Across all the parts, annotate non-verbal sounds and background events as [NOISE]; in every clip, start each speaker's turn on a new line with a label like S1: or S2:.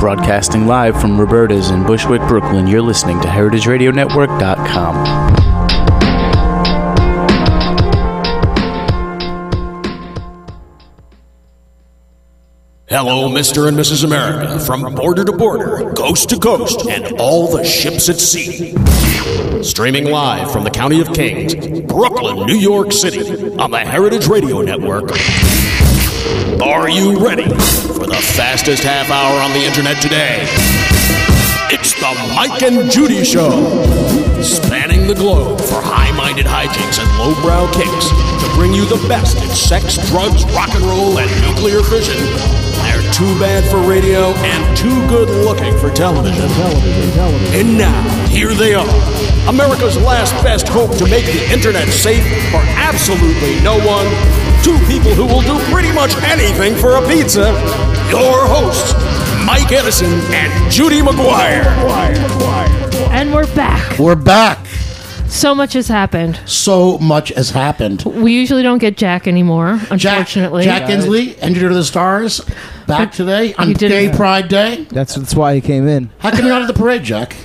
S1: Broadcasting live from Roberta's in Bushwick, Brooklyn, you're listening to HeritageRadioNetwork.com.
S2: Hello, Mr. and Mrs. America, from border to border, coast to coast, and all the ships at sea. Streaming live from the County of Kings, Brooklyn, New York City, on the Heritage Radio Network. Are you ready for the fastest half hour on the internet today? It's the Mike and Judy Show, spanning the globe for high minded hijinks and lowbrow kicks to bring you the best in sex, drugs, rock and roll, and nuclear fission. They're too bad for radio and too good looking for television. And now, here they are. America's last best hope to make the internet safe for absolutely no one. Two people who will do pretty much anything for a pizza. Your hosts, Mike Edison and Judy McGuire.
S3: And we're back.
S4: We're back.
S3: So much has happened.
S4: So much has happened.
S3: We usually don't get Jack anymore,
S4: Jack,
S3: unfortunately.
S4: Jack Insley, Engineer to the Stars, back today on
S3: you did
S4: Gay
S3: it.
S4: Pride Day.
S5: That's that's why I came in. [LAUGHS]
S4: How come you're not at the parade, Jack?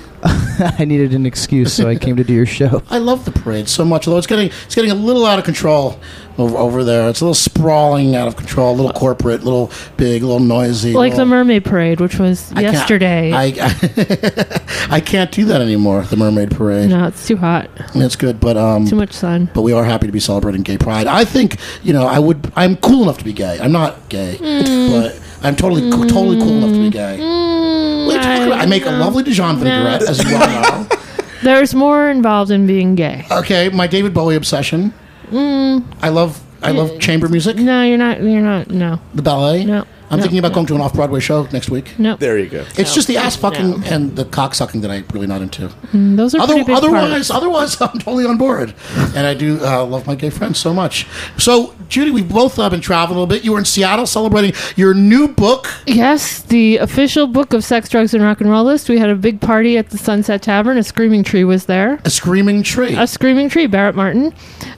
S5: I needed an excuse, so I came to do your show. [LAUGHS]
S4: I love the parade so much, although it's getting it's getting a little out of control over, over there. It's a little sprawling out of control, a little corporate, a little big, a little noisy. a
S3: like the
S4: little-
S3: Mermaid Parade, which was
S4: I can't-
S3: yesterday.
S4: I, I, [LAUGHS] can't do that anymore. The Mermaid Parade.
S3: no, it's too hot.
S4: That's good, but um,
S3: Too much sun.
S4: but we are happy to be celebrating gay pride. I think you know I would. I'm cool enough to be gay. I'm not gay,
S3: Mm.
S4: but I'm totally totally cool enough to be gay.
S3: Mm.
S4: What are you talking about? I make a lovely Dijon vinaigrette as well.
S3: [LAUGHS] There's more involved in being gay.
S4: okay, my David Bowie obsession. I love I love chamber music,
S3: Mm. No, you're not. You're not. No.
S4: the ballet.
S3: No,
S4: I'm
S3: no,
S4: thinking about
S3: no.
S4: going to an off Broadway show next week.
S3: No.
S6: There you go.
S4: It's just the ass fucking
S3: No. Mm.
S4: and the cock sucking that I'm really not into.
S3: Those are
S4: Other,
S3: pretty big
S4: otherwise,
S3: parts.
S4: otherwise, [LAUGHS] I'm totally on board, and I do uh, love my gay friends so much. So, Judy, we both have been traveling a little bit. You were in Seattle celebrating your new book.
S3: Yes, the official book of sex, drugs, and rock and roll list. We had a big party at the Sunset Tavern. A screaming tree was there.
S4: A screaming tree.
S3: A screaming tree, Barrett Martin,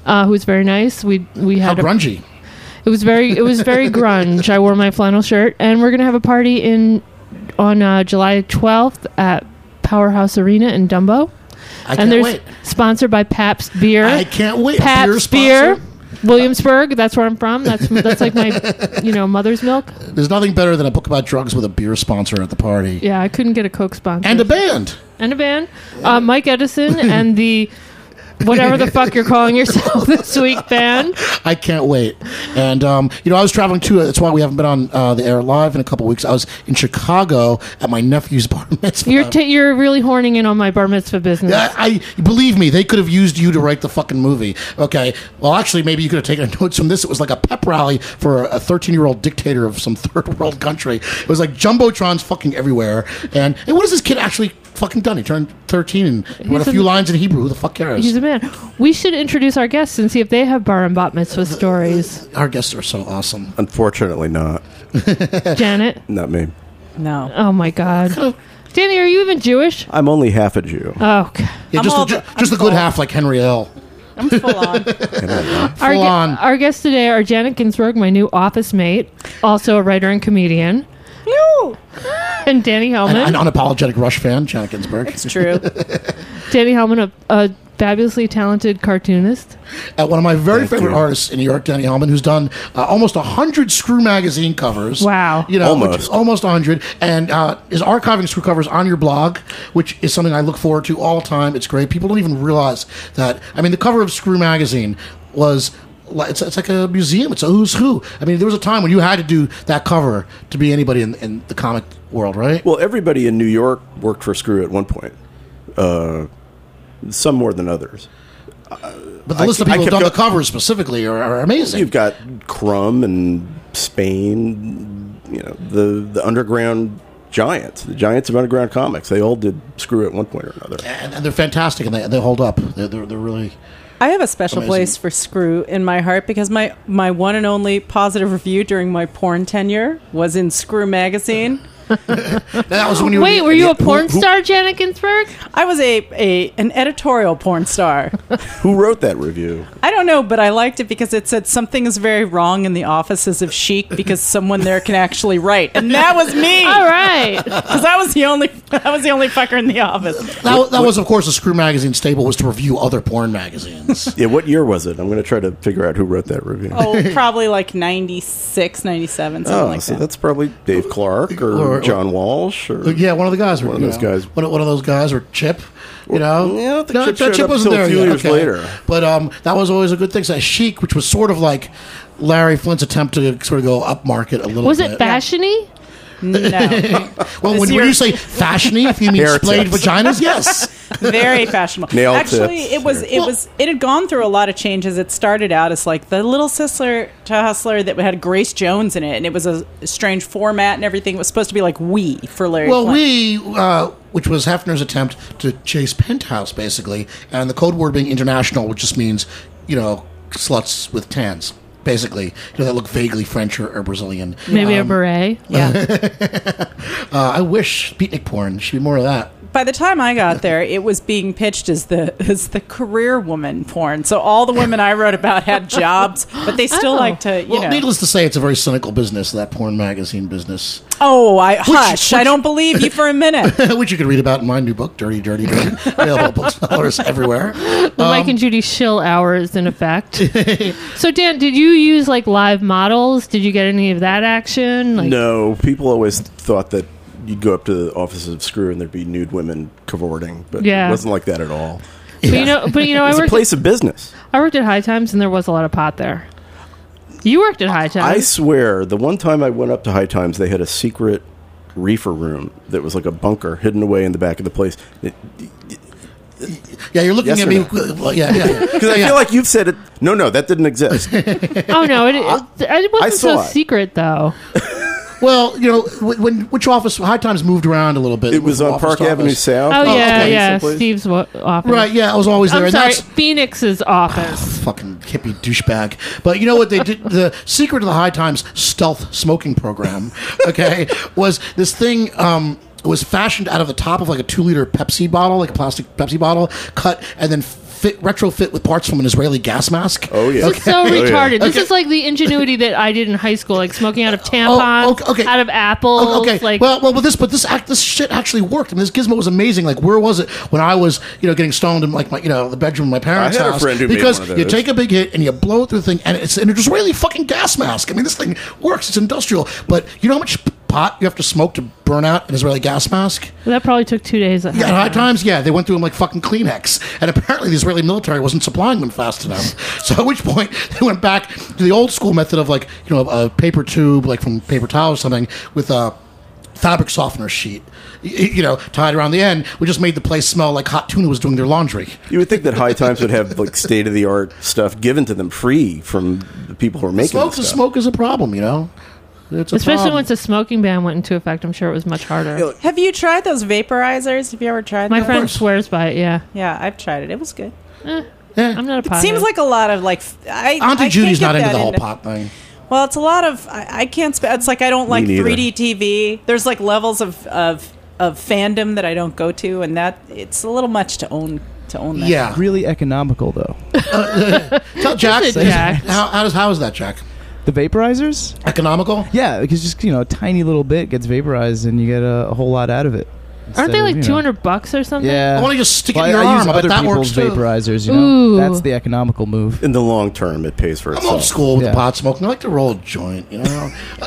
S3: uh, who was very nice. We we
S4: How
S3: had a
S4: grungy!
S3: It was very it
S4: [LAUGHS]
S3: was very grunge. I wore my flannel shirt, and we're gonna have a party in on uh, July twelfth at Powerhouse Arena in Dumbo.
S4: I
S3: and
S4: can't
S3: there's
S4: wait.
S3: sponsored by Pabst Beer.
S4: I can't wait. A beer
S3: Pabst
S4: sponsor?
S3: Beer, Williamsburg. That's where I'm from. That's that's like my you know mother's milk.
S4: There's nothing better than a book about drugs with a beer sponsor at the party
S3: Yeah, I couldn't get a Coke sponsor
S4: and a band.
S3: and a band. Uh, Mike Edison and the whatever the fuck you're calling yourself [LAUGHS] this week band.
S4: I can't wait. And um, you know, I was traveling too. That's why we haven't been on uh, the air live in a couple weeks. I was in Chicago at my nephew's bar [LAUGHS] mitzvah.
S3: You're ta you're really horning in on my bar mitzvah business.
S4: I, I believe me, they could have used you to write the fucking movie. Okay, well, actually, maybe you could have taken [LAUGHS] notes from this. It was like a pep rally for a 13 year old dictator of some [LAUGHS] third world country. It was like jumbotrons fucking everywhere. And and what has this kid actually fucking done? He turned 13 and he wrote a
S3: He's
S4: few
S3: a-
S4: lines in Hebrew. Who the fuck cares?
S3: He's a man. We should introduce our guests and see if they have bar and bat
S6: [LAUGHS]
S3: mitzvah stories.
S4: Our guests are so awesome.
S6: Unfortunately, not.
S3: Janet.
S6: Eh, Not me.
S7: No.
S3: Oh my God. Danny, are you even Jewish?
S6: I'm only half a Jew.
S3: Oh, God.
S4: Yeah, just
S7: I'm
S4: the,
S7: all
S4: ju-
S7: the- I'm
S4: just the good
S7: full.
S4: half, like Henry L.
S7: I'm full on.
S3: Our,
S4: Full on.
S3: our guests today are Janet Ginsburg, my new office mate, also a writer
S4: [LAUGHS]
S3: and comedian,
S7: no.
S3: and Danny
S4: An, an
S3: Hellman.
S4: unapologetic Rush fan, Janet Ginsburg.
S7: It's true.
S3: Danny Hellman, a, a fabulously talented cartoonist.
S4: At one of my very
S6: Thank
S4: favorite
S6: you.
S4: artists in New York, Danny Hellman, who's done uh, almost 100 Screw magazine covers.
S3: Wow.
S4: You know, which is
S6: Almost.
S4: almost 100. And uh, is archiving Screw covers on your blog, which is something I look forward to all the time. It's great. People don't even realize that. I mean, the cover of Screw magazine was. li- It's, it's like a museum. It's a who's who. I mean, there was a time when you had to do that cover to be anybody in, in the comic world, right?
S6: Well, everybody in New York worked for Screw at one point. Uh, some more than others.
S4: But the list of
S6: I
S4: people who've
S6: kept
S4: done the
S6: go-
S4: covers specifically are, are amazing.
S6: You've got Crumb and Spain. You know the the underground giants, the giants of underground comics. They all did Screw at one point or another.
S4: and, and they're fantastic, and they, they hold up. They're, they're, they're really.
S7: I have a special
S4: Amazing.
S7: place for Screw in my heart because my, my one and only positive review during my porn tenure was in Screw magazine.
S4: That was when you
S3: Wait, were you a
S4: who-
S3: porn
S4: who-
S3: star, Janet Ginsburg?
S7: I was a, a an editorial porn star.
S6: Who wrote that review?
S7: I don't know, but I liked it because it said something is very wrong in the offices of chic because someone there can actually write, and that was [LAUGHS] me
S3: All right.
S4: [LAUGHS]
S7: because I was the only I was the only fucker in the office.
S4: That, that was, of course, a Screw Magazine staple was to review other porn
S6: [LAUGHS]
S4: magazines.
S6: Yeah, what year was it? I'm going to try to figure out who wrote that review.
S7: Oh, probably like 96, 97, something
S6: Oh,
S7: like
S6: so
S7: that.
S6: that's probably Dave Clark or,
S4: Or- or-
S6: John Walsh or
S4: yeah, one of the guys.
S6: One of
S4: you
S6: those
S4: know,
S6: guys.
S4: One, of- one of those guys, or Chip. You know,
S6: yeah, I don't think Chip showed up till a few years later.
S4: But um, that was always a good thing. So Chic, which was sort of like Larry Flint's attempt to sort of go upmarket a little.
S3: Was
S4: bit.
S3: it fashiony?
S7: No,
S4: Well, when,
S7: This
S4: when you
S7: year-
S4: say fashiony, if you mean
S6: Hair
S4: splayed
S6: tips. [LAUGHS]
S4: vaginas, yes.
S7: very fashionable.
S6: Nail
S7: Actually,
S6: tips.
S7: it was it was it had gone through a lot of changes. It started out as like the little sister to hustler that had Grace Jones in it, and it was a strange format and everything. It was supposed to be like we for Larry.
S4: Well,
S7: Flint.
S4: we, uh, which was Hefner's attempt to chase Penthouse, basically, and the code word being international, which just means, you know, sluts with tans, basically, you know, that look vaguely French or, or Brazilian.
S3: Maybe a
S4: Um,
S3: beret.
S7: yeah.
S4: uh, I wish beatnik porn should be more of that.
S7: By the time I got there, it was being pitched as the as the career woman porn. So all the women I wrote about had jobs, but they still
S3: Oh.
S7: like to you
S4: Well,
S7: know.
S4: needless to say, it's a very cynical business, that porn magazine business, [LAUGHS]
S7: oh, I hush! I don't believe you for a minute.
S4: which you can read about in my new book, Dirty, Dirty, Dirty, [LAUGHS] available at booksellers everywhere.
S3: The
S4: Um,
S3: Mike and Judy shill hour is
S4: [LAUGHS]
S3: in effect. so, Dan, did you use like live models? Did you get any of that action? Like,
S6: No, people always thought that you'd go up to the offices of Screw and there'd be nude women cavorting, but
S3: Yeah.
S6: it wasn't like that at all.
S3: But
S6: [LAUGHS]
S3: you know, but you know, I
S6: It's a
S3: worked.
S6: place of business.
S3: I worked at High Times, and there was a lot of pot there. You worked at High
S6: I
S3: Times.
S6: swear, the one time I went up to High Times, they had a secret reefer room that was like a bunker hidden away in the back of the
S4: [LAUGHS]
S6: place.
S4: Yeah, you're looking
S6: Yes
S4: at
S6: or
S4: me.
S6: no?
S4: well, yeah, yeah.
S6: [LAUGHS] Because I feel like you've said it. No, no, that didn't
S4: [LAUGHS]
S6: exist.
S3: oh no, it, it, it wasn't so
S6: saw it.
S3: secret though.
S4: Well, you know, wh- when which office? High Times moved around a little bit.
S6: It was on
S4: Office
S6: Park
S4: to office.
S6: Avenue South.
S3: Oh, yeah,
S4: okay,
S3: yeah.
S6: someplace.
S3: Steve's wa- office.
S4: Right? Yeah, I was always there.
S3: I'm
S4: and
S3: sorry,
S4: that's- [LAUGHS]
S3: Phoenix's office.
S4: fucking hippie douchebag. But you know what they did? The secret of the High Times stealth smoking
S3: [LAUGHS]
S4: program, okay, was this thing. Um, was fashioned out of the top of like a two liter Pepsi bottle, like a plastic Pepsi bottle, cut and then fit retrofit with parts from an Israeli gas mask.
S6: Oh, yeah.
S3: This is so
S6: Oh, yeah.
S3: retarded. This
S4: Okay.
S3: is like the ingenuity that I did in high school, like smoking out of tampons,
S4: Oh, okay, okay.
S3: out of apples.
S4: Oh, Okay.
S3: Like,
S4: well, well, but this, but this act, this shit actually worked. I mean, this gizmo was amazing. Like, where was it when I was, you know, getting stoned in like my, you know, the bedroom of my parents'
S6: I had a
S4: house?
S6: friend who made
S4: because
S6: one of
S4: you
S6: those.
S4: take a big hit and you blow it through the thing, and it's an Israeli fucking gas mask. I mean, this thing works. It's industrial, but you know how much pot you have to smoke to burn out an Israeli gas mask?
S3: that probably took two days. At
S4: Yeah, at
S3: home.
S4: high times, yeah, they went through them like fucking Kleenex, and apparently the Israeli military wasn't supplying them fast enough. [LAUGHS] So at which point they went back to the old school method of like you know a paper tube, like from paper towel or something, with a fabric softener sheet, y- y- you know, tied around the end. We just made the place smell like hot tuna was doing their laundry.
S6: You would think that High Times would have like state of the art stuff given to them free from the people who are making
S4: Smoke,
S6: this stuff.
S4: smoke is a problem, you know. It's a
S3: Especially
S4: problem.
S3: once the smoking ban went into effect, I'm sure it was much harder.
S7: Have you tried those vaporizers? Have you ever tried?
S3: My
S7: them?
S3: friend
S4: course.
S3: swears by it. Yeah,
S7: Yeah, I've tried it. It was good.
S4: Yeah.
S3: I'm not a.
S7: It seems
S3: pothead.
S7: like a lot of like f- I. I
S4: Auntie
S7: can't
S4: Judy's
S7: get
S4: not into
S7: that
S4: the whole pot thing.
S7: Well, it's a lot of I, I can't. Sp- it's like I don't like
S6: neither.
S7: 3D TV. There's like levels of of of fandom that I don't go to, and that it's a little much to own to own. That.
S4: Yeah.
S5: Really economical though.
S4: Tell Jack.
S3: Is it Jack?
S4: How, how, does, how is that, Jack?
S5: The vaporizers?
S4: Economical?
S5: Yeah, because just you know, a tiny little bit gets vaporized and you get a, a whole lot out of it.
S3: aren't
S5: Instead
S3: they
S5: of,
S3: like
S5: you know-
S3: 200 bucks or something?
S5: Yeah.
S4: I want to just stick
S5: Well,
S4: it in your
S5: I, I
S4: arm.
S5: use
S4: I bet
S5: other
S4: that works
S5: people's
S4: too.
S5: vaporizers. You know,
S3: Ooh.
S5: that's the economical move.
S6: In the long term, it pays for
S4: I'm old
S6: itself.
S4: school with
S5: Yeah.
S4: the pot smoking. I like to roll a joint, you know.
S3: But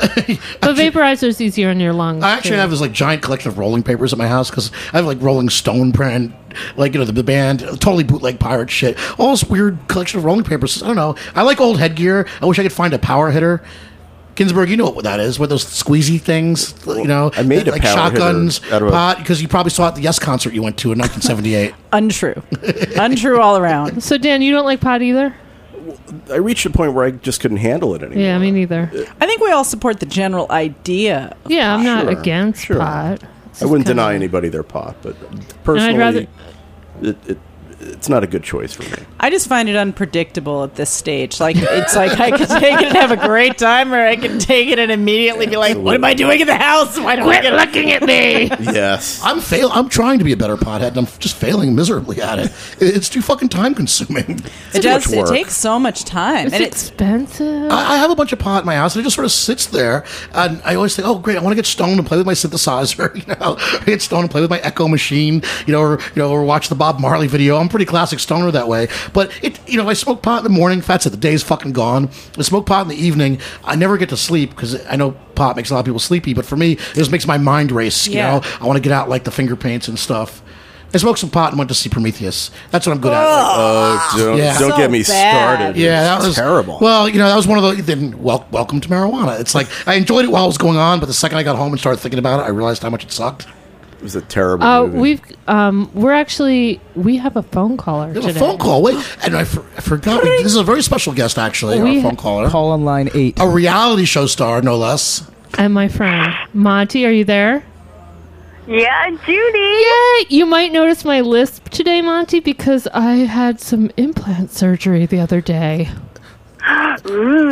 S3: vaporizer's easier on your lungs.
S4: I actually
S3: too.
S4: have this like giant collection of rolling papers at my house because I have like Rolling Stone brand, like you know the, the band, totally bootleg pirate shit. All this weird collection of rolling papers. I don't know. I like old headgear. I wish I could find a power hitter. Ginsburg, you know what that is? What those squeezy things, you know?
S6: I made a
S4: like
S6: power
S4: shotguns,
S6: hitter out of a-
S4: pot, because you probably saw it at the Yes concert you went to
S6: [LAUGHS]
S4: in 1978. [LAUGHS]
S7: untrue, untrue all around.
S3: So Dan, you don't like pot either?
S6: I reached a point where I just couldn't handle it anymore.
S3: Yeah, me neither.
S7: I think we all support the general idea.
S3: Yeah, I'm not
S6: Sure,
S3: against
S6: sure.
S3: pot.
S6: I wouldn't
S3: kinda-
S6: deny anybody their pot, but personally,
S3: rather-
S6: it, it, it's not a good choice for me.
S7: I just find it unpredictable at this stage. Like it's like I could take it and have a great time, or I could take it and immediately be like, "What am I doing in the house? Why don't I get looking at me?"
S6: [LAUGHS] Yes.
S4: I'm fail. I'm trying to be a better pothead, and I'm just failing miserably at it. It- It's too fucking time consuming.
S7: It
S6: much
S7: does. It
S6: work.
S7: takes so much time,
S3: It's
S7: and it's
S3: expensive.
S4: I I have a bunch of pot in my house, and it just sort of sits there. And I always think, oh, great, I want to get stoned and play with my synthesizer. [LAUGHS] You know, I get stoned and play with my Echo machine. You know, or you know, or watch the Bob Marley video. I'm a pretty classic stoner that way. But it, you know, I smoke pot in the morning. That's it. The day's fucking gone. I smoke pot in the evening. I never get to sleep because I know pot makes a lot of people sleepy. But for me, it just makes my mind race. You
S7: Yeah.
S4: know, I want to get out like the finger paints and stuff. I smoked some pot and went to see Prometheus. That's what I'm good at. right now.
S6: Oh, don't,
S4: Yeah.
S6: don't
S7: So
S6: get me
S7: bad.
S6: started.
S4: Yeah, that
S6: It's
S4: was
S6: terrible.
S4: Well, you know, that was one of the then wel- welcome to marijuana. It's like I enjoyed it while it was going on, but the second I got home and started thinking about it, I realized how much it sucked.
S6: it was a terrible.
S3: Uh,
S6: movie.
S3: we've um, we're actually we have a phone caller
S4: There's
S3: today.
S4: a phone call. Wait, and I, for, I forgot. This is a very special guest, actually,
S3: We-
S4: our phone caller,
S5: Call on line eight.
S4: a reality show star, no less.
S3: And my friend Monty, are you there?
S8: Yeah, Judy.
S3: Yeah, you might notice my lisp today, Monty, because I had some implant surgery the other day.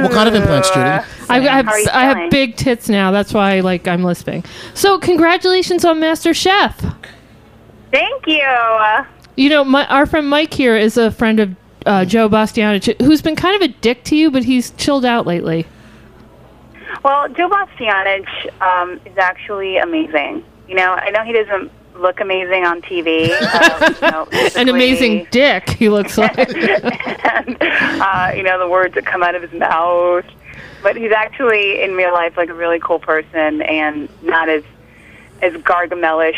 S4: What kind of implants,
S7: Uh,
S4: Judy?
S3: I, I have
S8: How are you
S3: I have
S8: feeling?
S3: big tits now. That's why like I'm lisping. So congratulations on Master Chef.
S8: Thank you. Uh,
S3: You know, my, our friend Mike here is a friend of uh, Joe Bastianich, who's been kind of a dick to you, but he's chilled out lately.
S8: Well, Joe Bastianich um, is actually amazing. You know, I know he doesn't look amazing on TV.
S3: [LAUGHS]
S8: Um, you know,
S3: An
S8: physically,
S3: amazing dick, he
S8: [LAUGHS]
S3: looks like.
S8: Uh, you know, the words that come out of his mouth. But he's actually in real life like a really cool person and not as as gargamelish.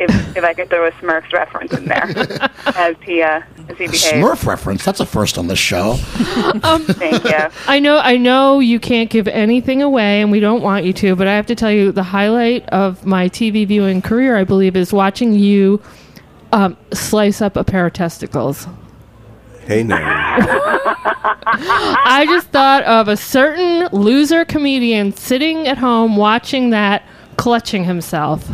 S8: If, if I could throw a Smurfs reference in there,
S3: [LAUGHS]
S8: as he uh, as he behaves.
S4: Smurf reference. That's a first on this show.
S8: Thank you.
S3: I know I know you can't give anything away and we don't want you to, but I have to tell you the highlight of my TV viewing career, I believe, is watching you um, slice up a pair of testicles.
S6: hey now,
S3: I just thought of a certain loser comedian sitting at home watching that clutching himself.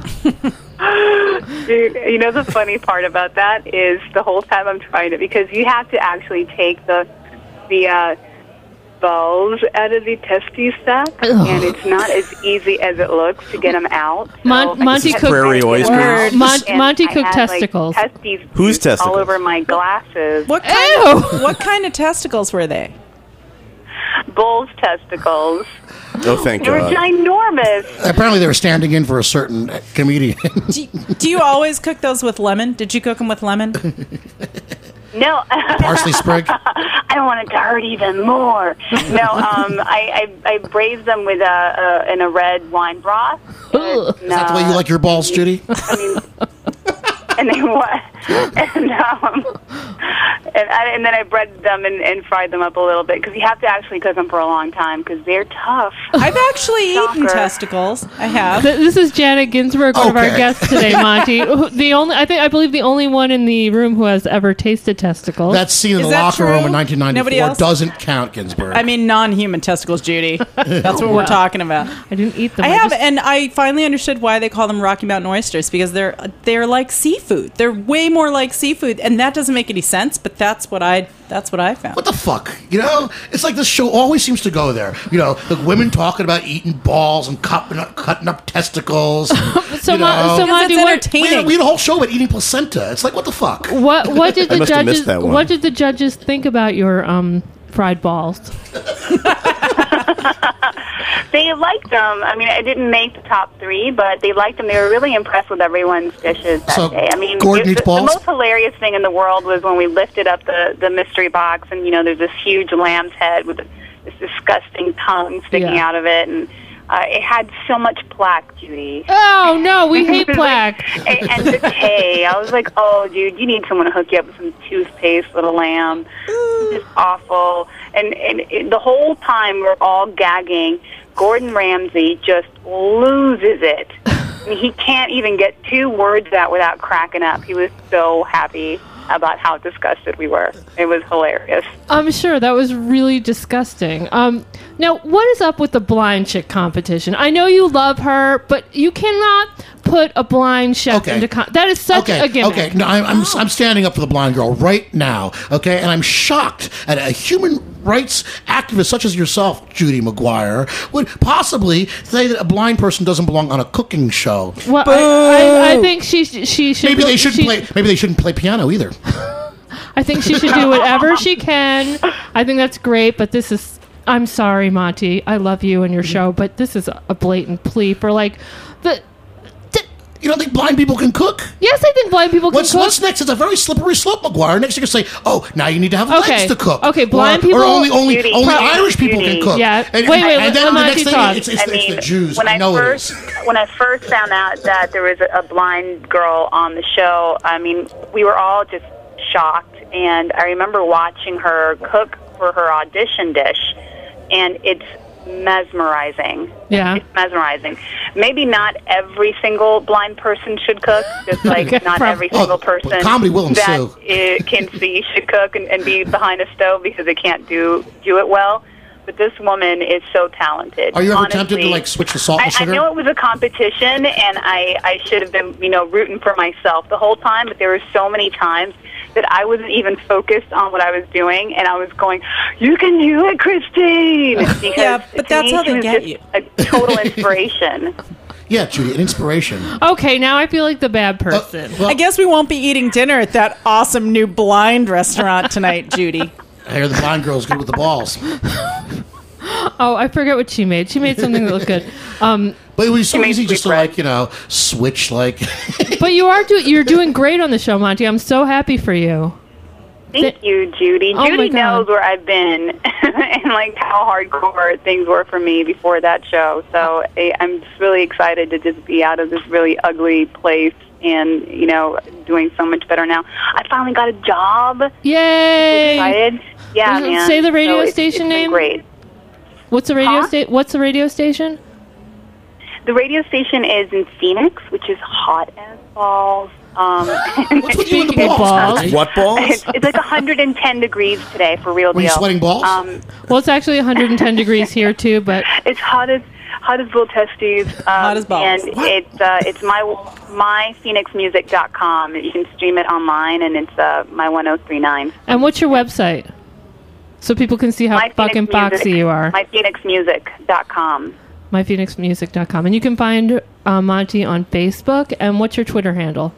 S8: Dude, you know the funny part about that is the whole time I'm trying to because you have to actually take the the uh, balls out of the testes sack, and it's not as easy as it looks to get them out. So
S3: Mon-
S8: I
S3: Monty
S8: just
S3: cooked-
S6: Prairie
S8: had to get
S6: oysters.
S8: them out,
S3: Mon-
S8: and
S3: Monty
S8: I
S3: cooked
S8: had, like,
S3: testicles.
S8: testes
S6: Whose testicles?
S8: all over my glasses.
S7: what
S3: Ew.
S7: kind. Of, what kind of testicles were they?
S8: Bull's testicles.
S6: no thank
S8: They were
S6: God.
S8: ginormous.
S4: Apparently, they were standing in for a certain comedian. [LAUGHS]
S7: Do you, do you always cook those with lemon? Did you cook them with lemon?
S8: No. [LAUGHS]
S4: Parsley sprig.
S8: I want it to hurt even
S4: [LAUGHS]
S8: more. No, um, I, I, I braise them with a, a in a red wine broth. No,
S4: That's the way you like your balls,
S7: [LAUGHS]
S4: Judy.
S8: I mean, [LAUGHS] and they what? [LAUGHS] And um, and, I, and then I breaded them and, and fried them up a little bit because you have to actually cook them for a long time because they're tough.
S7: I've actually eaten
S8: Shocker.
S7: testicles. I have.
S3: Th- This is Janet Ginsburg, one of our
S4: Okay.
S3: guests
S4: [LAUGHS]
S3: today, Monty. Who- the only I think I believe the only one in the room who has ever tasted testicles.
S4: That scene in
S7: Is
S4: the
S7: that
S4: locker room in
S7: true? Nobody
S4: 1994
S7: else?
S4: doesn't count, Ginsburg.
S7: I mean, non-human testicles, Judy. That's what we're talking about.
S3: I didn't eat them.
S7: I have,
S3: just-
S7: and I finally understood why they call them Rocky Mountain oysters because they're they're like seafood. They're way more like seafood, and that doesn't make any sense. But that's what I that's what I found.
S4: what the fuck? You know, it's like this show always seems to go there. You know, the women talking about eating balls and cutting up, cutting up
S3: [LAUGHS]
S4: testicles.
S3: so,
S4: you
S3: Mon-
S4: know.
S3: so
S4: Because
S3: Monty,
S7: it's
S3: what,
S7: entertaining.
S4: we, had, we had a whole show about eating placenta. It's like what the fuck?
S3: what what did
S6: I
S3: the
S6: must have missed
S3: judges
S6: that one.
S3: what did the judges think about your um fried balls?
S8: They liked them. I mean, I didn't make the top three, but they liked them. They were really impressed with everyone's dishes that
S4: So,
S8: day. I mean,
S4: Gordon
S8: it-
S4: eats
S8: the, the
S4: balls?
S8: most hilarious thing in the world was when we lifted up the the mystery box, and you know, there's this huge lamb's head with this disgusting tongue sticking
S3: Yeah.
S8: out of it, and uh, it had so much plaque, Judy.
S3: Oh no, we hate plaque.
S8: and, and decay. I was like, oh, dude, you need someone to hook you up with some toothpaste, little lamb. This is awful. And, and it, the whole time we're all gagging. Gordon Ramsay just loses it. I mean, he can't even get two words out without cracking up. He was so happy about how disgusted we were. It was hilarious.
S3: I'm sure that was really disgusting. Um, now, what is up with the blind chick competition? I know you love her, but you cannot put a blind chef
S4: Okay.
S3: into con- that is such
S4: okay,
S3: a gimmick. Oh.
S4: okay. No, I'm, I'm, I'm standing up for the blonde girl right now. Okay, and I'm shocked at a human rights activist such as yourself, Judy McGuire, would possibly say that a blind person doesn't belong on a cooking show.
S3: Well, I, I, I think she sh- she should
S4: Maybe they shouldn't
S3: she-
S4: play. Maybe they shouldn't play piano either.
S3: I think she
S4: [LAUGHS]
S3: should do whatever she can. I think that's great, but this is. I'm sorry, Monty. I love you and
S4: Mm-hmm.
S3: your show, but this is a blatant plea for like the. the-
S4: You don't think blind people can cook?
S3: yes, I think blind people can
S4: What's
S3: cook.
S4: what's next? It's a very slippery slope, McGuire. Next, you're gonna say, "Oh, now you need to have
S3: Okay.
S4: legs to cook."
S3: Okay,
S4: Or-
S3: blind people-
S4: or only only
S8: Judy.
S4: only
S8: Probably.
S4: Irish people
S8: Judy.
S4: can cook.
S3: Yeah.
S4: and,
S3: Wait, wait,
S4: and then the
S3: Lamont,
S4: next
S3: you
S4: thing,
S3: talk.
S4: it's, it's,
S8: I
S4: it's
S8: mean,
S4: the Jews.
S8: when
S4: I
S8: I,
S4: know it
S8: first
S4: is.
S8: [LAUGHS] when I first found out that there was a, a blind girl on the show, I mean, we were all just shocked. And I remember watching her cook for her audition dish, and it's mesmerizing.
S3: Yeah.
S8: it's mesmerizing. Maybe not every single blind person should cook,
S4: [LAUGHS]
S8: just like
S3: Okay,
S8: not
S3: prob-
S8: every
S4: Well,
S8: single
S4: but
S8: person
S4: Oh, comedy will
S8: that
S4: ensue.
S8: i- can see should cook and, and be behind a stove because they can't do do it well. But this woman is so talented.
S4: Are you ever
S8: Honestly,
S4: tempted to like switch the salt
S8: I,
S4: and sugar?
S8: I know it was a competition, and I I should have been you know rooting for myself the whole time. But there were so many times that I wasn't even focused on what I was doing, and I was going, "You can do it,
S4: [LAUGHS]
S8: Christine!" Because
S7: Yeah, but
S8: to
S7: that's
S8: me,
S7: how
S8: she
S7: they
S8: was
S7: get
S8: just
S7: you.
S8: A total
S4: [LAUGHS]
S8: inspiration.
S4: yeah, Judy, an inspiration.
S3: [LAUGHS] Okay, now I feel like the bad
S4: Uh,
S3: person.
S4: well,
S7: I guess we won't be eating dinner at that awesome new blind restaurant tonight, Judy.
S4: I hear the blind girl's good with the balls.
S3: oh, I forget what she made. She made something that looked good. Um,
S4: But it was so
S8: It makes
S4: easy
S8: me
S4: just to
S8: proud.
S4: like you know switch like. [LAUGHS]
S3: but you are do- you're doing great on the show, Monty. I'm so happy for you.
S8: Thank you, Judy.
S3: Oh, my
S8: Judy
S3: God.
S8: knows where I've been [LAUGHS] and like how hardcore things were for me before that show. So I, I'm just really excited to just be out of this really ugly place and you know doing so much better now. I finally got a job.
S3: Yay!
S8: Excited. Yeah,
S3: Does it
S8: man.
S3: say the radio
S8: So it's-
S3: station
S8: it's
S3: name?
S8: been Great.
S3: What's the radio
S8: Huh?
S3: station? What's the radio station?
S8: The radio station is in Phoenix, which is hot as balls. Um, [LAUGHS]
S4: What's with you and the
S3: Speaking
S4: balls?
S3: of balls.
S4: Monty?
S6: What balls?
S8: it's, it's like 110 degrees today for real
S4: Were you
S8: deal.
S4: sweating balls?
S8: Um,
S3: Well, it's actually 110 degrees here too, but
S8: It's hot as hot as
S3: [LAUGHS]
S8: little testes. Um,
S7: Hot as balls.
S8: And it's uh, it's my myphoenixmusic.com. You can stream it online, and it's uh, my 1039.
S3: and what's your website? So people can see how
S8: My
S3: fucking
S8: Phoenix
S3: foxy
S8: Music-
S3: you are.
S8: Myphoenixmusic.com.
S3: myphoenixmusic.com. And you can find uh, Monty on Facebook. And what's your Twitter
S8: [LAUGHS]
S3: handle?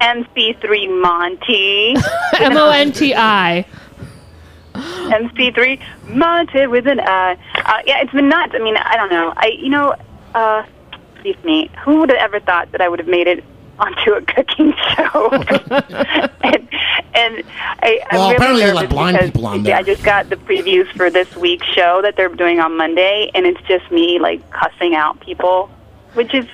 S8: MC3 Monty.
S3: M O N T I.
S8: MC3 Monty with an I. Uh, yeah, it's been nuts. I mean, I don't know. I you know, uh, excuse me. Who would have ever thought that I would have made it onto a cooking [LAUGHS]
S4: [LAUGHS]
S8: show? and and I, I'm
S4: Well,
S8: really
S4: apparently they let
S8: nervous
S4: blind
S8: because
S4: people on
S8: yeah, I
S4: there.
S8: just got the previews for this week's show that they're doing on Monday, and it's just me like cussing out people, which is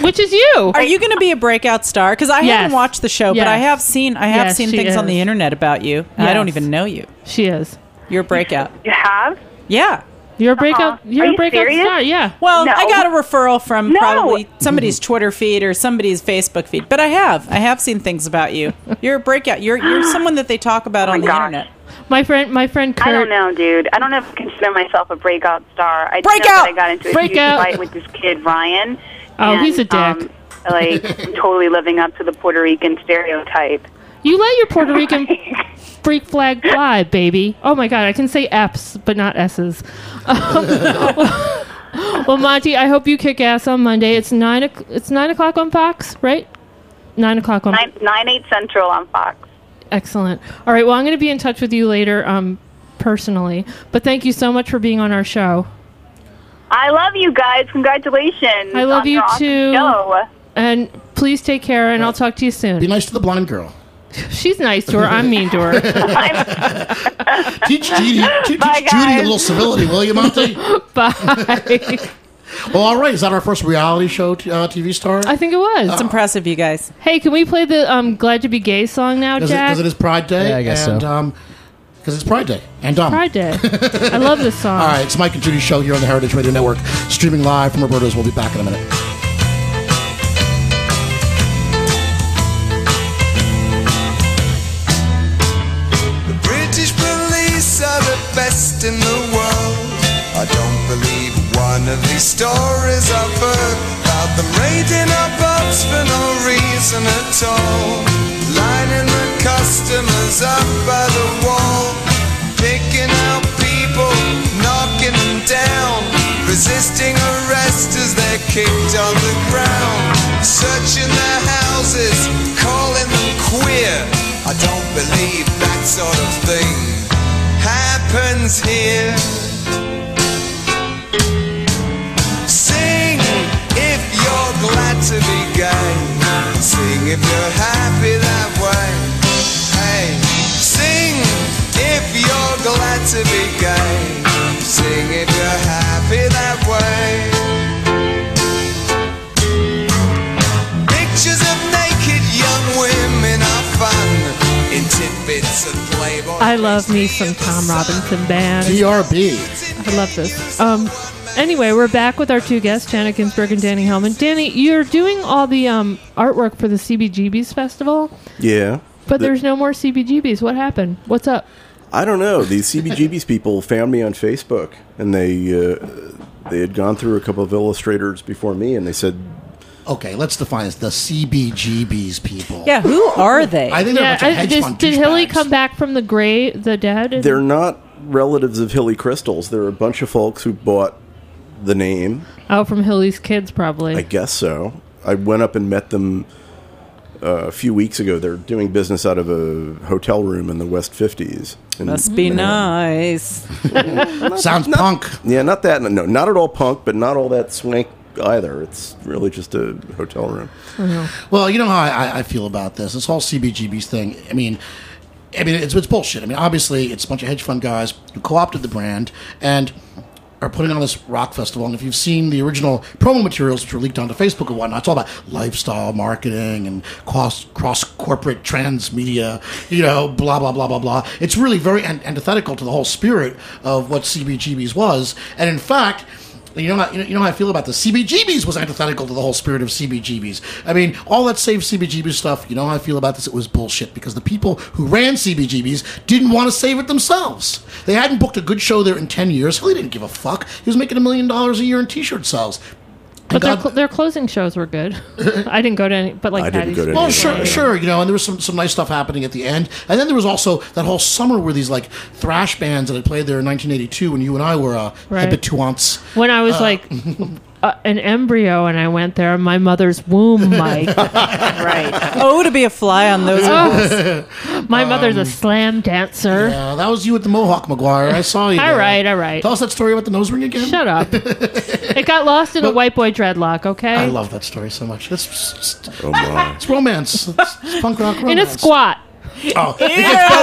S3: Which is you.
S7: Are you going to be a breakout star? Because I
S3: Yes.
S7: haven't watched the show, but I
S3: Yes.
S7: have seen I have
S3: Yes,
S7: seen
S3: she
S7: things on
S3: is.
S7: the internet about you. and I don't
S3: Yes.
S7: even know you.
S3: She is.
S7: You're
S3: [LAUGHS]
S7: a breakout.
S8: you have.
S7: Yeah.
S3: You're a breakout.
S8: Are
S3: You're a
S8: you
S3: breakout
S8: serious?
S3: star. Yeah.
S7: Well,
S8: No.
S7: I got a referral from
S8: No.
S7: probably somebody's
S3: Mm-hmm.
S7: Twitter feed or somebody's Facebook feed, but I have I have seen things about you. You're a breakout.
S3: [GASPS]
S7: You're you're someone that they talk about on
S8: my
S7: the
S8: gosh.
S7: internet.
S3: Oh My friend. My friend Kurt.
S8: I don't know, dude. I don't know if I consider myself a breakout star. I just know
S7: Breakout!
S8: that I got into a
S3: Breakout!
S8: huge fight with this kid Ryan.
S3: Oh, he's a dick.
S8: Um,
S3: [LAUGHS]
S8: like I'm totally living up to the Puerto Rican stereotype.
S3: You let your
S8: [LAUGHS]
S3: Puerto Rican freak flag fly, baby. Oh my God, I can say F's, but not S's. [LAUGHS] Um, well, Monty, I hope you kick ass on Monday. It's nine. o'c- It's nine o'clock on Fox, right? Nine o'clock on.
S8: Nine nine eight central on Fox.
S3: Excellent. All right. Well, I'm going to be in touch with you later, um, personally. But thank you so much for being on our show.
S8: I love you guys. Congratulations.
S3: I love
S8: on your
S3: you,
S8: awesome
S3: too. [LAUGHS]
S8: Show.
S3: And please take care, and I'll talk to you
S4: Be
S3: soon.
S4: nice to the blind girl.
S3: She's nice to her. I'm mean
S4: [LAUGHS]
S3: to her.
S8: [LAUGHS]
S4: Teach Judy, teach
S8: Bye,
S4: Judy a
S8: guys.
S4: little civility, will you,
S3: [LAUGHS]
S4: Monty?
S3: Bye.
S4: well, all right. Is that our first reality show t- uh, TV star?
S3: I think it was.
S4: Uh,
S7: It's impressive, you guys.
S3: Hey, can we play the um, "Glad to Be Gay" song now,
S4: Because it,
S3: Jack?
S4: 'cause it is Pride Day.
S5: Yeah, I guess so.
S4: and, because it's Pride Day. And um,
S3: Pride Day.
S4: [LAUGHS]
S3: I love this song.
S4: All right, it's Mike and Judy's show here on the Heritage Radio Network, streaming live from Roberto's. We'll be back in a minute.
S9: The British police are the best in the world. I don't believe one of these stories I've heard about them raiding our pubs for no reason at all. Lining the customers up by the wall, picking out people, knocking them down, resisting arrest as they're kicked on the ground, searching their houses, calling them queer. I don't believe that sort of thing happens here. Sing if you're glad to be gay. Sing if you're happy that way. Hey, sing if you're glad to be gay. Sing if you're happy that way. Pictures of naked young women are fun in tidbits of Playboy.
S3: I love me some Tom Robinson band.
S4: DRB.
S3: I love this. Um, anyway, we're back with our two guests, Janet Ginsburg and Danny Hellman. Danny, you're doing all the um, artwork for the CBGB's festival,
S6: Yeah.
S3: but
S6: The-
S3: there's no more CBGB's. What happened? What's up?
S6: I don't know. These CBGB's people found me on Facebook, and they uh, they had gone through a couple of illustrators before me, and they said,
S4: Okay, let's define this. The CBGB's people.
S7: Yeah,
S3: [LAUGHS]
S7: who are they?
S4: I think they're a bunch of
S3: I-
S4: hedge
S3: did-
S4: fund
S3: did Hilly
S4: douchebags.
S3: come back from the grave, the dead? And-
S6: they're not relatives of Hilly Crystals. They're a bunch of folks who bought the name.
S3: oh, from Hilly's kids, probably.
S6: I guess so. I went up and met them uh, a few weeks ago. They're doing business out of a hotel room in the West 50s. in
S7: Must be
S4: Mm-hmm.
S6: Manhattan.
S7: nice.
S4: Sounds punk.
S6: Yeah, not that. No, not at all punk, but not all that swank either. It's really just a hotel room.
S4: Well, you know how I, I- I feel about this. This whole CBGB's thing. I mean, I mean, it's, it's bullshit. I mean, obviously, it's a bunch of hedge fund guys who co-opted the brand and are putting on this rock festival. And if you've seen the original promo materials, which were leaked onto Facebook and whatnot, it's all about lifestyle marketing and cross cross corporate trans media. You know, blah blah blah blah blah. It's really very an- antithetical to the whole spirit of what CBGB's was. And in fact. You know, how, you know, you know how I feel about this. CBGB's was antithetical to the whole spirit of CBGB's. I mean, all that save CBGB stuff, you know how I feel about this? It was bullshit because the people who ran CBGB's didn't want to save it themselves. They hadn't booked a good show there in 10 years. Hilly didn't give a fuck. He was making a million dollars a year in t shirt sales.
S3: but their,
S4: God-
S3: cl- their closing shows were good. [LAUGHS] I didn't go to any, but like
S6: I didn't
S3: Patty's-
S6: go to any
S4: Well,
S6: of
S4: Oh, sure,
S6: that.
S4: sure, you know, and there was some, some nice stuff happening at the end, and then there was also that whole summer where these like thrash bands that had played there in 1982 when you and I were uh,
S3: Right.
S4: habituants.
S3: When I was like [LAUGHS] uh, an embryo and I went there, my mother's womb,
S4: [LAUGHS]
S3: Mike.
S7: Right. Oh, to be a fly on
S3: [LAUGHS]
S7: those
S3: Oh.
S7: [LAUGHS] walls.
S3: My mother's a
S4: Um,
S3: slam dancer.
S4: Yeah, that was you with the mohawk, McGuire. I saw you.
S3: [LAUGHS] All
S4: there.
S3: right, all right.
S4: Tell us that story about the nose ring again. [LAUGHS]
S3: Shut up. it got lost in a white boy dreadlock, okay?
S4: I love that story so much. That's it's, it's,
S6: Oh, my.
S4: romance. It's, it's punk rock romance.
S3: in a squat.
S4: Oh, it gets better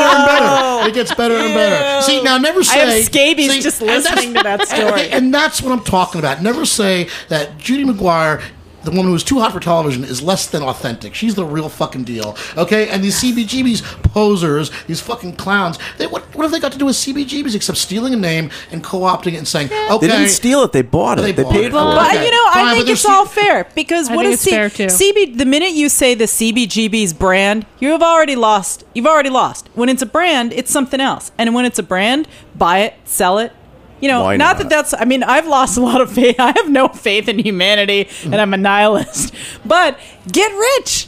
S4: and better. It gets better and better. See, now never
S7: I
S4: say.
S7: have scabies
S4: see,
S7: just
S4: and that's-
S7: listening
S4: [LAUGHS]
S7: to that story.
S4: And that's what I'm talking about. Never say that Judy McGuire, the woman who is too hot for television, is less than authentic. She's the real fucking deal. Okay? And these CBGBs posers, these fucking clowns, they, what, what have they got to do with CBGBs except stealing a name and co opting it and saying, okay.
S6: They didn't steal it. They bought it.
S4: They
S6: They,
S4: bought it.
S6: paid
S4: Well,
S6: for it.
S7: But
S4: Okay.
S7: you know,
S4: Fine,
S7: I
S4: but
S7: think
S4: there's
S7: it's
S4: C-
S7: all fair because
S3: I
S7: what
S3: think
S7: is
S3: it's fair, too.
S7: C- CB? The minute you say the CBGB's brand, you have already lost. You've already lost. When it's a brand, it's something else, and when it's a brand, buy it, sell it. You know,
S6: Why not?
S7: not, that that's. I mean, I've lost a lot of faith. [LAUGHS] I have no faith in humanity, and I'm a nihilist. [LAUGHS] But get rich.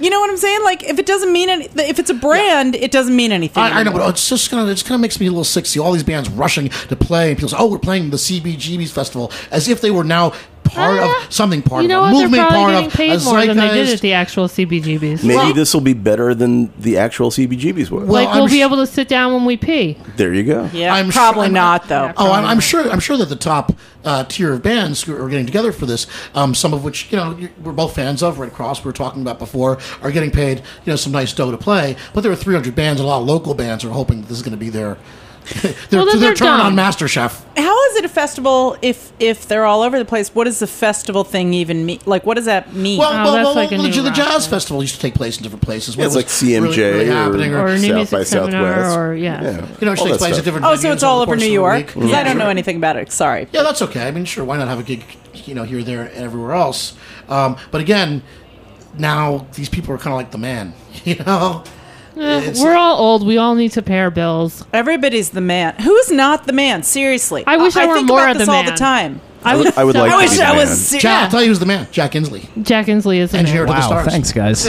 S7: You know what I'm saying? Like, if it doesn't mean any, if it's a brand, it doesn't mean anything.
S4: I, I know,
S7: anymore.
S4: but it's just gonna it's gonna makes me a little sick. to See all these bands rushing to play, and people say, "Oh, we're playing the CBGB's festival," as if they were now part
S3: Ah,
S4: of something, part
S3: you know
S4: of a
S3: what? They're
S4: movement,
S3: probably
S4: part
S3: getting
S4: of
S3: paid
S4: a
S3: more than they did
S4: zeitgeist.
S3: at the actual CBGBs.
S6: Maybe
S4: Well-
S6: this will be better than the actual CBGB's was.
S4: Well,
S3: like we'll
S4: I'm
S3: be
S4: sh-
S3: able to sit down when we pee.
S6: there you go.
S7: yeah,
S4: I'm sure-
S7: probably
S4: I'm-
S7: not though.
S4: Oh, I'm, I'm sure. I'm sure that the top uh, tier of bands who are getting together for this, um, some of which you know you- we're both fans of, Red Cross, we were talking about before, are getting paid you know some nice dough to play. But there are 300 bands, and a lot of local bands are hoping that this is going to be their [LAUGHS] their,
S3: Well, then
S4: their
S3: they're
S4: turn on
S3: dumb.
S7: [LAUGHS]
S4: MasterChef.
S7: How is it a festival if if they're all over the place? What does the festival thing even mean? Like, what does that mean?
S4: Well,
S3: Oh,
S4: well,
S3: that's
S4: well,
S3: like a
S4: well, the,
S3: new
S4: the
S3: rock
S4: jazz
S3: band.
S4: festival used to take place in different places.
S6: Yeah, it's
S4: What
S6: like
S4: was
S6: CMJ
S4: really, really
S6: or-
S4: happening,
S3: Or a new
S6: South by
S3: music seminar,
S6: Southwest.
S3: or yeah.
S4: you know, it
S6: All
S4: takes
S6: that
S4: place at
S6: stuff.
S4: different.
S7: oh, so
S4: venues
S7: it's all
S4: over
S7: over
S4: the
S7: New
S4: course of a
S7: York?
S4: week.
S7: Because I don't know anything about it. Sorry.
S4: Yeah, that's okay. I mean, sure, why not have a gig, you know, here, there, and everywhere else? Um, but again, now these people are kind of like the man, [LAUGHS] you know.
S3: Eh,
S4: It's-
S3: we're all old. We all need to pay our bills.
S7: Everybody's the man. Who's not the man? Seriously,
S3: I wish I were
S7: think
S3: more
S7: about
S3: of the
S7: this all
S3: man.
S7: the time.
S6: I would, I would like
S7: I
S6: to
S7: wish
S6: be the
S7: I was
S6: man.
S7: serious.
S4: Jack, I'll tell you who's the man. Jack Insley,
S3: Jack Insley is in
S4: engineer
S3: it.
S4: to the
S5: Wow,
S4: stars.
S5: thanks, guys.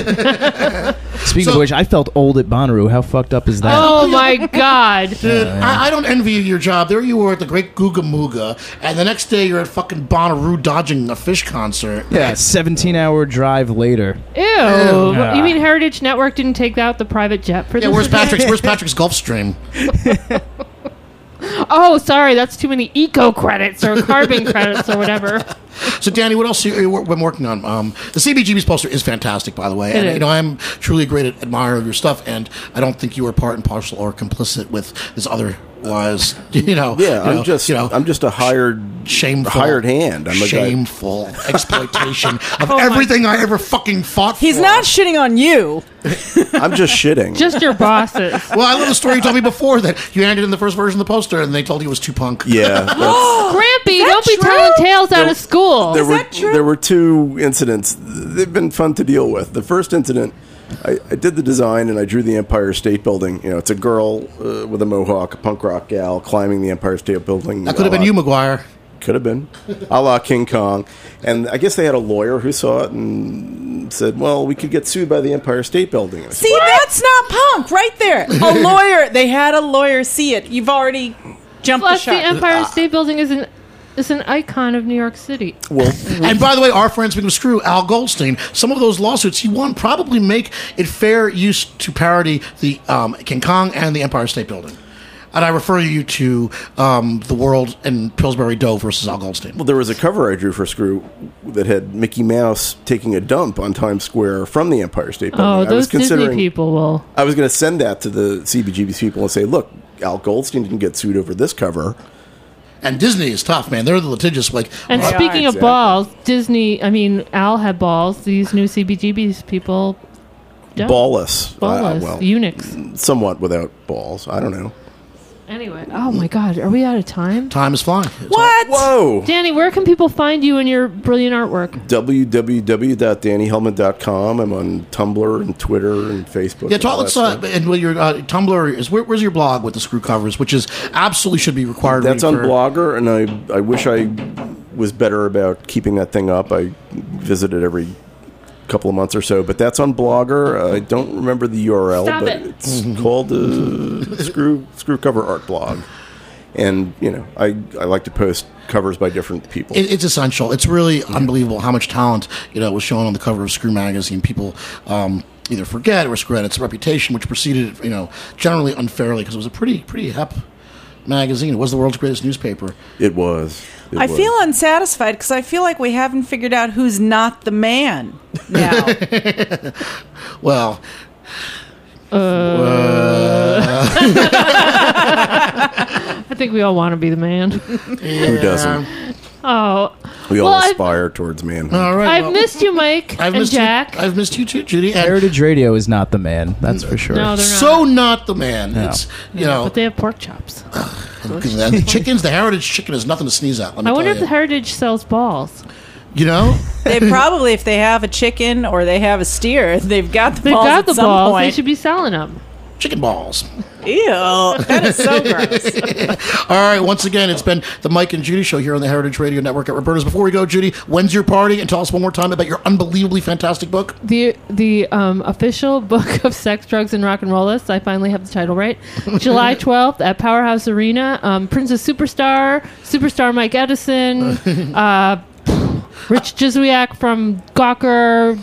S5: Speaking
S4: So-
S5: of which, I felt old at Bonnaroo. How fucked up is that?
S3: Oh my
S6: [LAUGHS]
S3: god!
S4: Dude, I, I don't envy you your job. There you were at the Great Googa Mooga, and the next day you're at fucking Bonnaroo dodging a fish concert.
S5: Yeah, 17 hour drive later.
S3: Ew. You mean Heritage Network didn't take out the private jet for
S4: Yeah,
S3: this?
S4: where's Patrick's? Where's Patrick's Gulfstream?
S3: [LAUGHS] Oh, sorry, that's too many eco credits
S6: [LAUGHS]
S3: or carbon credits or whatever.
S4: So, Danny, what else you, you been working on? Um, the CBGB's poster is fantastic, by the way. and,
S3: is.
S4: you know, I'm truly a great admirer of your stuff, and I don't think you were part and parcel or complicit with this other lies. [LAUGHS] You know,
S6: Yeah,
S4: you
S6: I'm
S4: know,
S6: just
S4: you know,
S6: I'm just a hired
S4: shameful,
S6: hired hand. I'm a guy- [LAUGHS]
S4: shameful exploitation of everything I ever fucking fought for.
S7: Oh He's not shitting on you.
S6: I'm just shitting.
S3: Just your bosses.
S4: [LAUGHS]
S6: [LAUGHS]
S4: Well, I love the story you
S7: [LAUGHS]
S4: told me before that you handed in the first version of the poster, and they told you it was too punk. [LAUGHS]
S6: yeah.
S4: Oh,
S6: Oh, that's-
S3: Grampy, don't be
S7: true?
S3: telling tales out of school.
S6: there were
S7: that true?
S6: there were two incidents. They've been fun to deal with. The first incident, I, I did the design and I drew the Empire State Building. You know, it's a girl uh, with a mohawk, a punk rock gal, climbing the Empire State Building.
S4: That could have been you, McGuire.
S6: Could have been, a la King Kong. And I guess they had a lawyer who saw it and said, "Well, we could get sued by the Empire State Building." And I said,
S7: See, that's not punk right there.
S6: [LAUGHS]
S7: A lawyer. They had a lawyer see it. You've already jumped
S3: Plus,
S7: the
S3: the
S7: shark.
S3: Empire State Building is an is an icon of New York City.
S4: And by the way, our friend, speaking of screw, Al Goldstein, some of those lawsuits he won probably make it fair use to parody the um, King Kong and the Empire State Building. And I refer you to um, the world and Pillsbury Doe versus Al Goldstein.
S6: Well, there was a cover I drew for Screw that had Mickey Mouse taking a dump on Times Square from the Empire State Building.
S3: Oh,
S6: I was
S3: those Disney
S6: considering-
S3: people will.
S6: I was going to send that to the CBGB's people and say, look, Al Goldstein didn't get sued over this cover.
S4: and Disney is tough, man. They're the litigious. Like,
S3: And
S7: They
S3: speaking
S7: are.
S3: of balls, Disney. I mean, Al had balls. These new CBGB's people. don't.
S6: Ballless. Uh,
S3: Ballas,
S6: well, Mm.
S3: eunuchs.
S6: somewhat without balls. I don't know.
S3: Anyway, oh my God, are we out of time?
S4: time is flying. It's
S7: What?
S6: Whoa!
S3: Danny, where can people find you and your brilliant artwork?
S6: www.dannyhellman.com. I'm on Tumblr and Twitter and Facebook.
S4: Yeah,
S6: and all
S4: talk, let's,
S6: that
S4: uh,
S6: stuff.
S4: and well, your uh, Tumblr is where, where's your blog with the screw covers, which is absolutely should be required.
S6: That's on
S4: reading for-
S6: Blogger, and I, I wish I was better about keeping that thing up. I visit it every couple of months or so, but that's on Blogger. I don't remember the URL,
S3: Stop
S6: but
S3: it.
S6: it's called the Screw Screw Cover Art Blog. And you know, I, I like to post covers by different people.
S4: It, it's essential. It's really unbelievable how much talent you know was shown on the cover of Screw magazine. People um, either forget or screw at its reputation, which preceded it, you know, generally unfairly because it was a pretty pretty hep magazine. It was the world's greatest newspaper.
S6: it was. It
S7: I
S6: was.
S7: feel unsatisfied because I feel like we haven't figured out who's not the man now.
S4: Well,
S3: I think we all want to be the man.
S6: who doesn't.
S3: Oh,
S6: We all
S3: Well, I've-
S6: aspire towards manhood.
S4: all right,
S3: I've
S4: well,
S3: missed you, Mike
S4: I've
S3: and
S4: missed
S3: Jack.
S4: You, I've missed you too, Judy. And
S5: Heritage Radio is not the man, that's for sure.
S3: no, they're not.
S4: so not the man. It's you know
S3: but they have pork chops.
S4: the chickens. The heritage chicken is nothing to sneeze at. Let me
S3: I wonder
S4: tell
S3: if the
S4: you.
S3: Heritage sells balls.
S4: you know.
S7: they probably, if they have a chicken or they have a steer, [LAUGHS] they've got the
S3: They've
S7: balls
S3: got
S7: at
S3: the
S7: some
S3: balls. They
S7: point.
S3: should be selling them.
S4: Chicken balls.
S7: Ew, that
S3: [LAUGHS]
S7: is so gross.
S4: All right, once again, it's been the Mike and Judy show here on the Heritage Radio Network at Roberta's. Before we go, Judy, when's your party? And tell us one more time about your unbelievably fantastic book.
S3: the the um, official [LAUGHS] book of sex, drugs, and rock and roll list. I finally have the
S4: [LAUGHS]
S3: title right. July twelfth at Powerhouse Arena. Um, Princess Superstar, Superstar
S4: [LAUGHS]
S3: Mike Edison, uh, Rich Jizwiak from Gawker,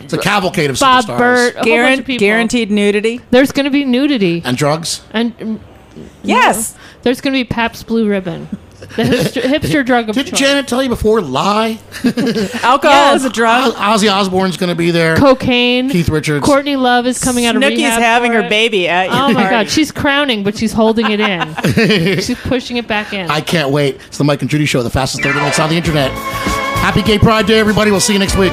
S4: It's a cavalcade of
S3: Bob
S4: superstars.
S3: Burt, a whole bunch
S7: Guaran-
S3: of people.
S7: guaranteed nudity.
S3: There's going to be nudity
S4: And drugs.
S3: and um,
S7: Yes.
S3: there's going to be Pabst Blue Ribbon, the
S4: [LAUGHS]
S3: hipster, hipster drug of
S4: Did
S3: choice.
S4: Janet tell you before? Lie.
S7: Alcohol
S3: Yes.
S7: is a drug.
S4: O- Ozzy Osbourne's going to be there.
S3: Cocaine.
S4: Keith Richards.
S3: Courtney Love is coming out of
S7: Snooki's
S3: rehab
S7: having
S3: for
S7: her
S3: it.
S7: baby at your
S3: Oh my
S7: party.
S3: god, she's crowning, but she's holding it in.
S4: [LAUGHS]
S3: she's pushing it back in.
S4: I can't wait. It's the Mike and Judy show, the fastest 30 minutes on the internet. Happy Gay Pride Day, everybody. We'll see you next week.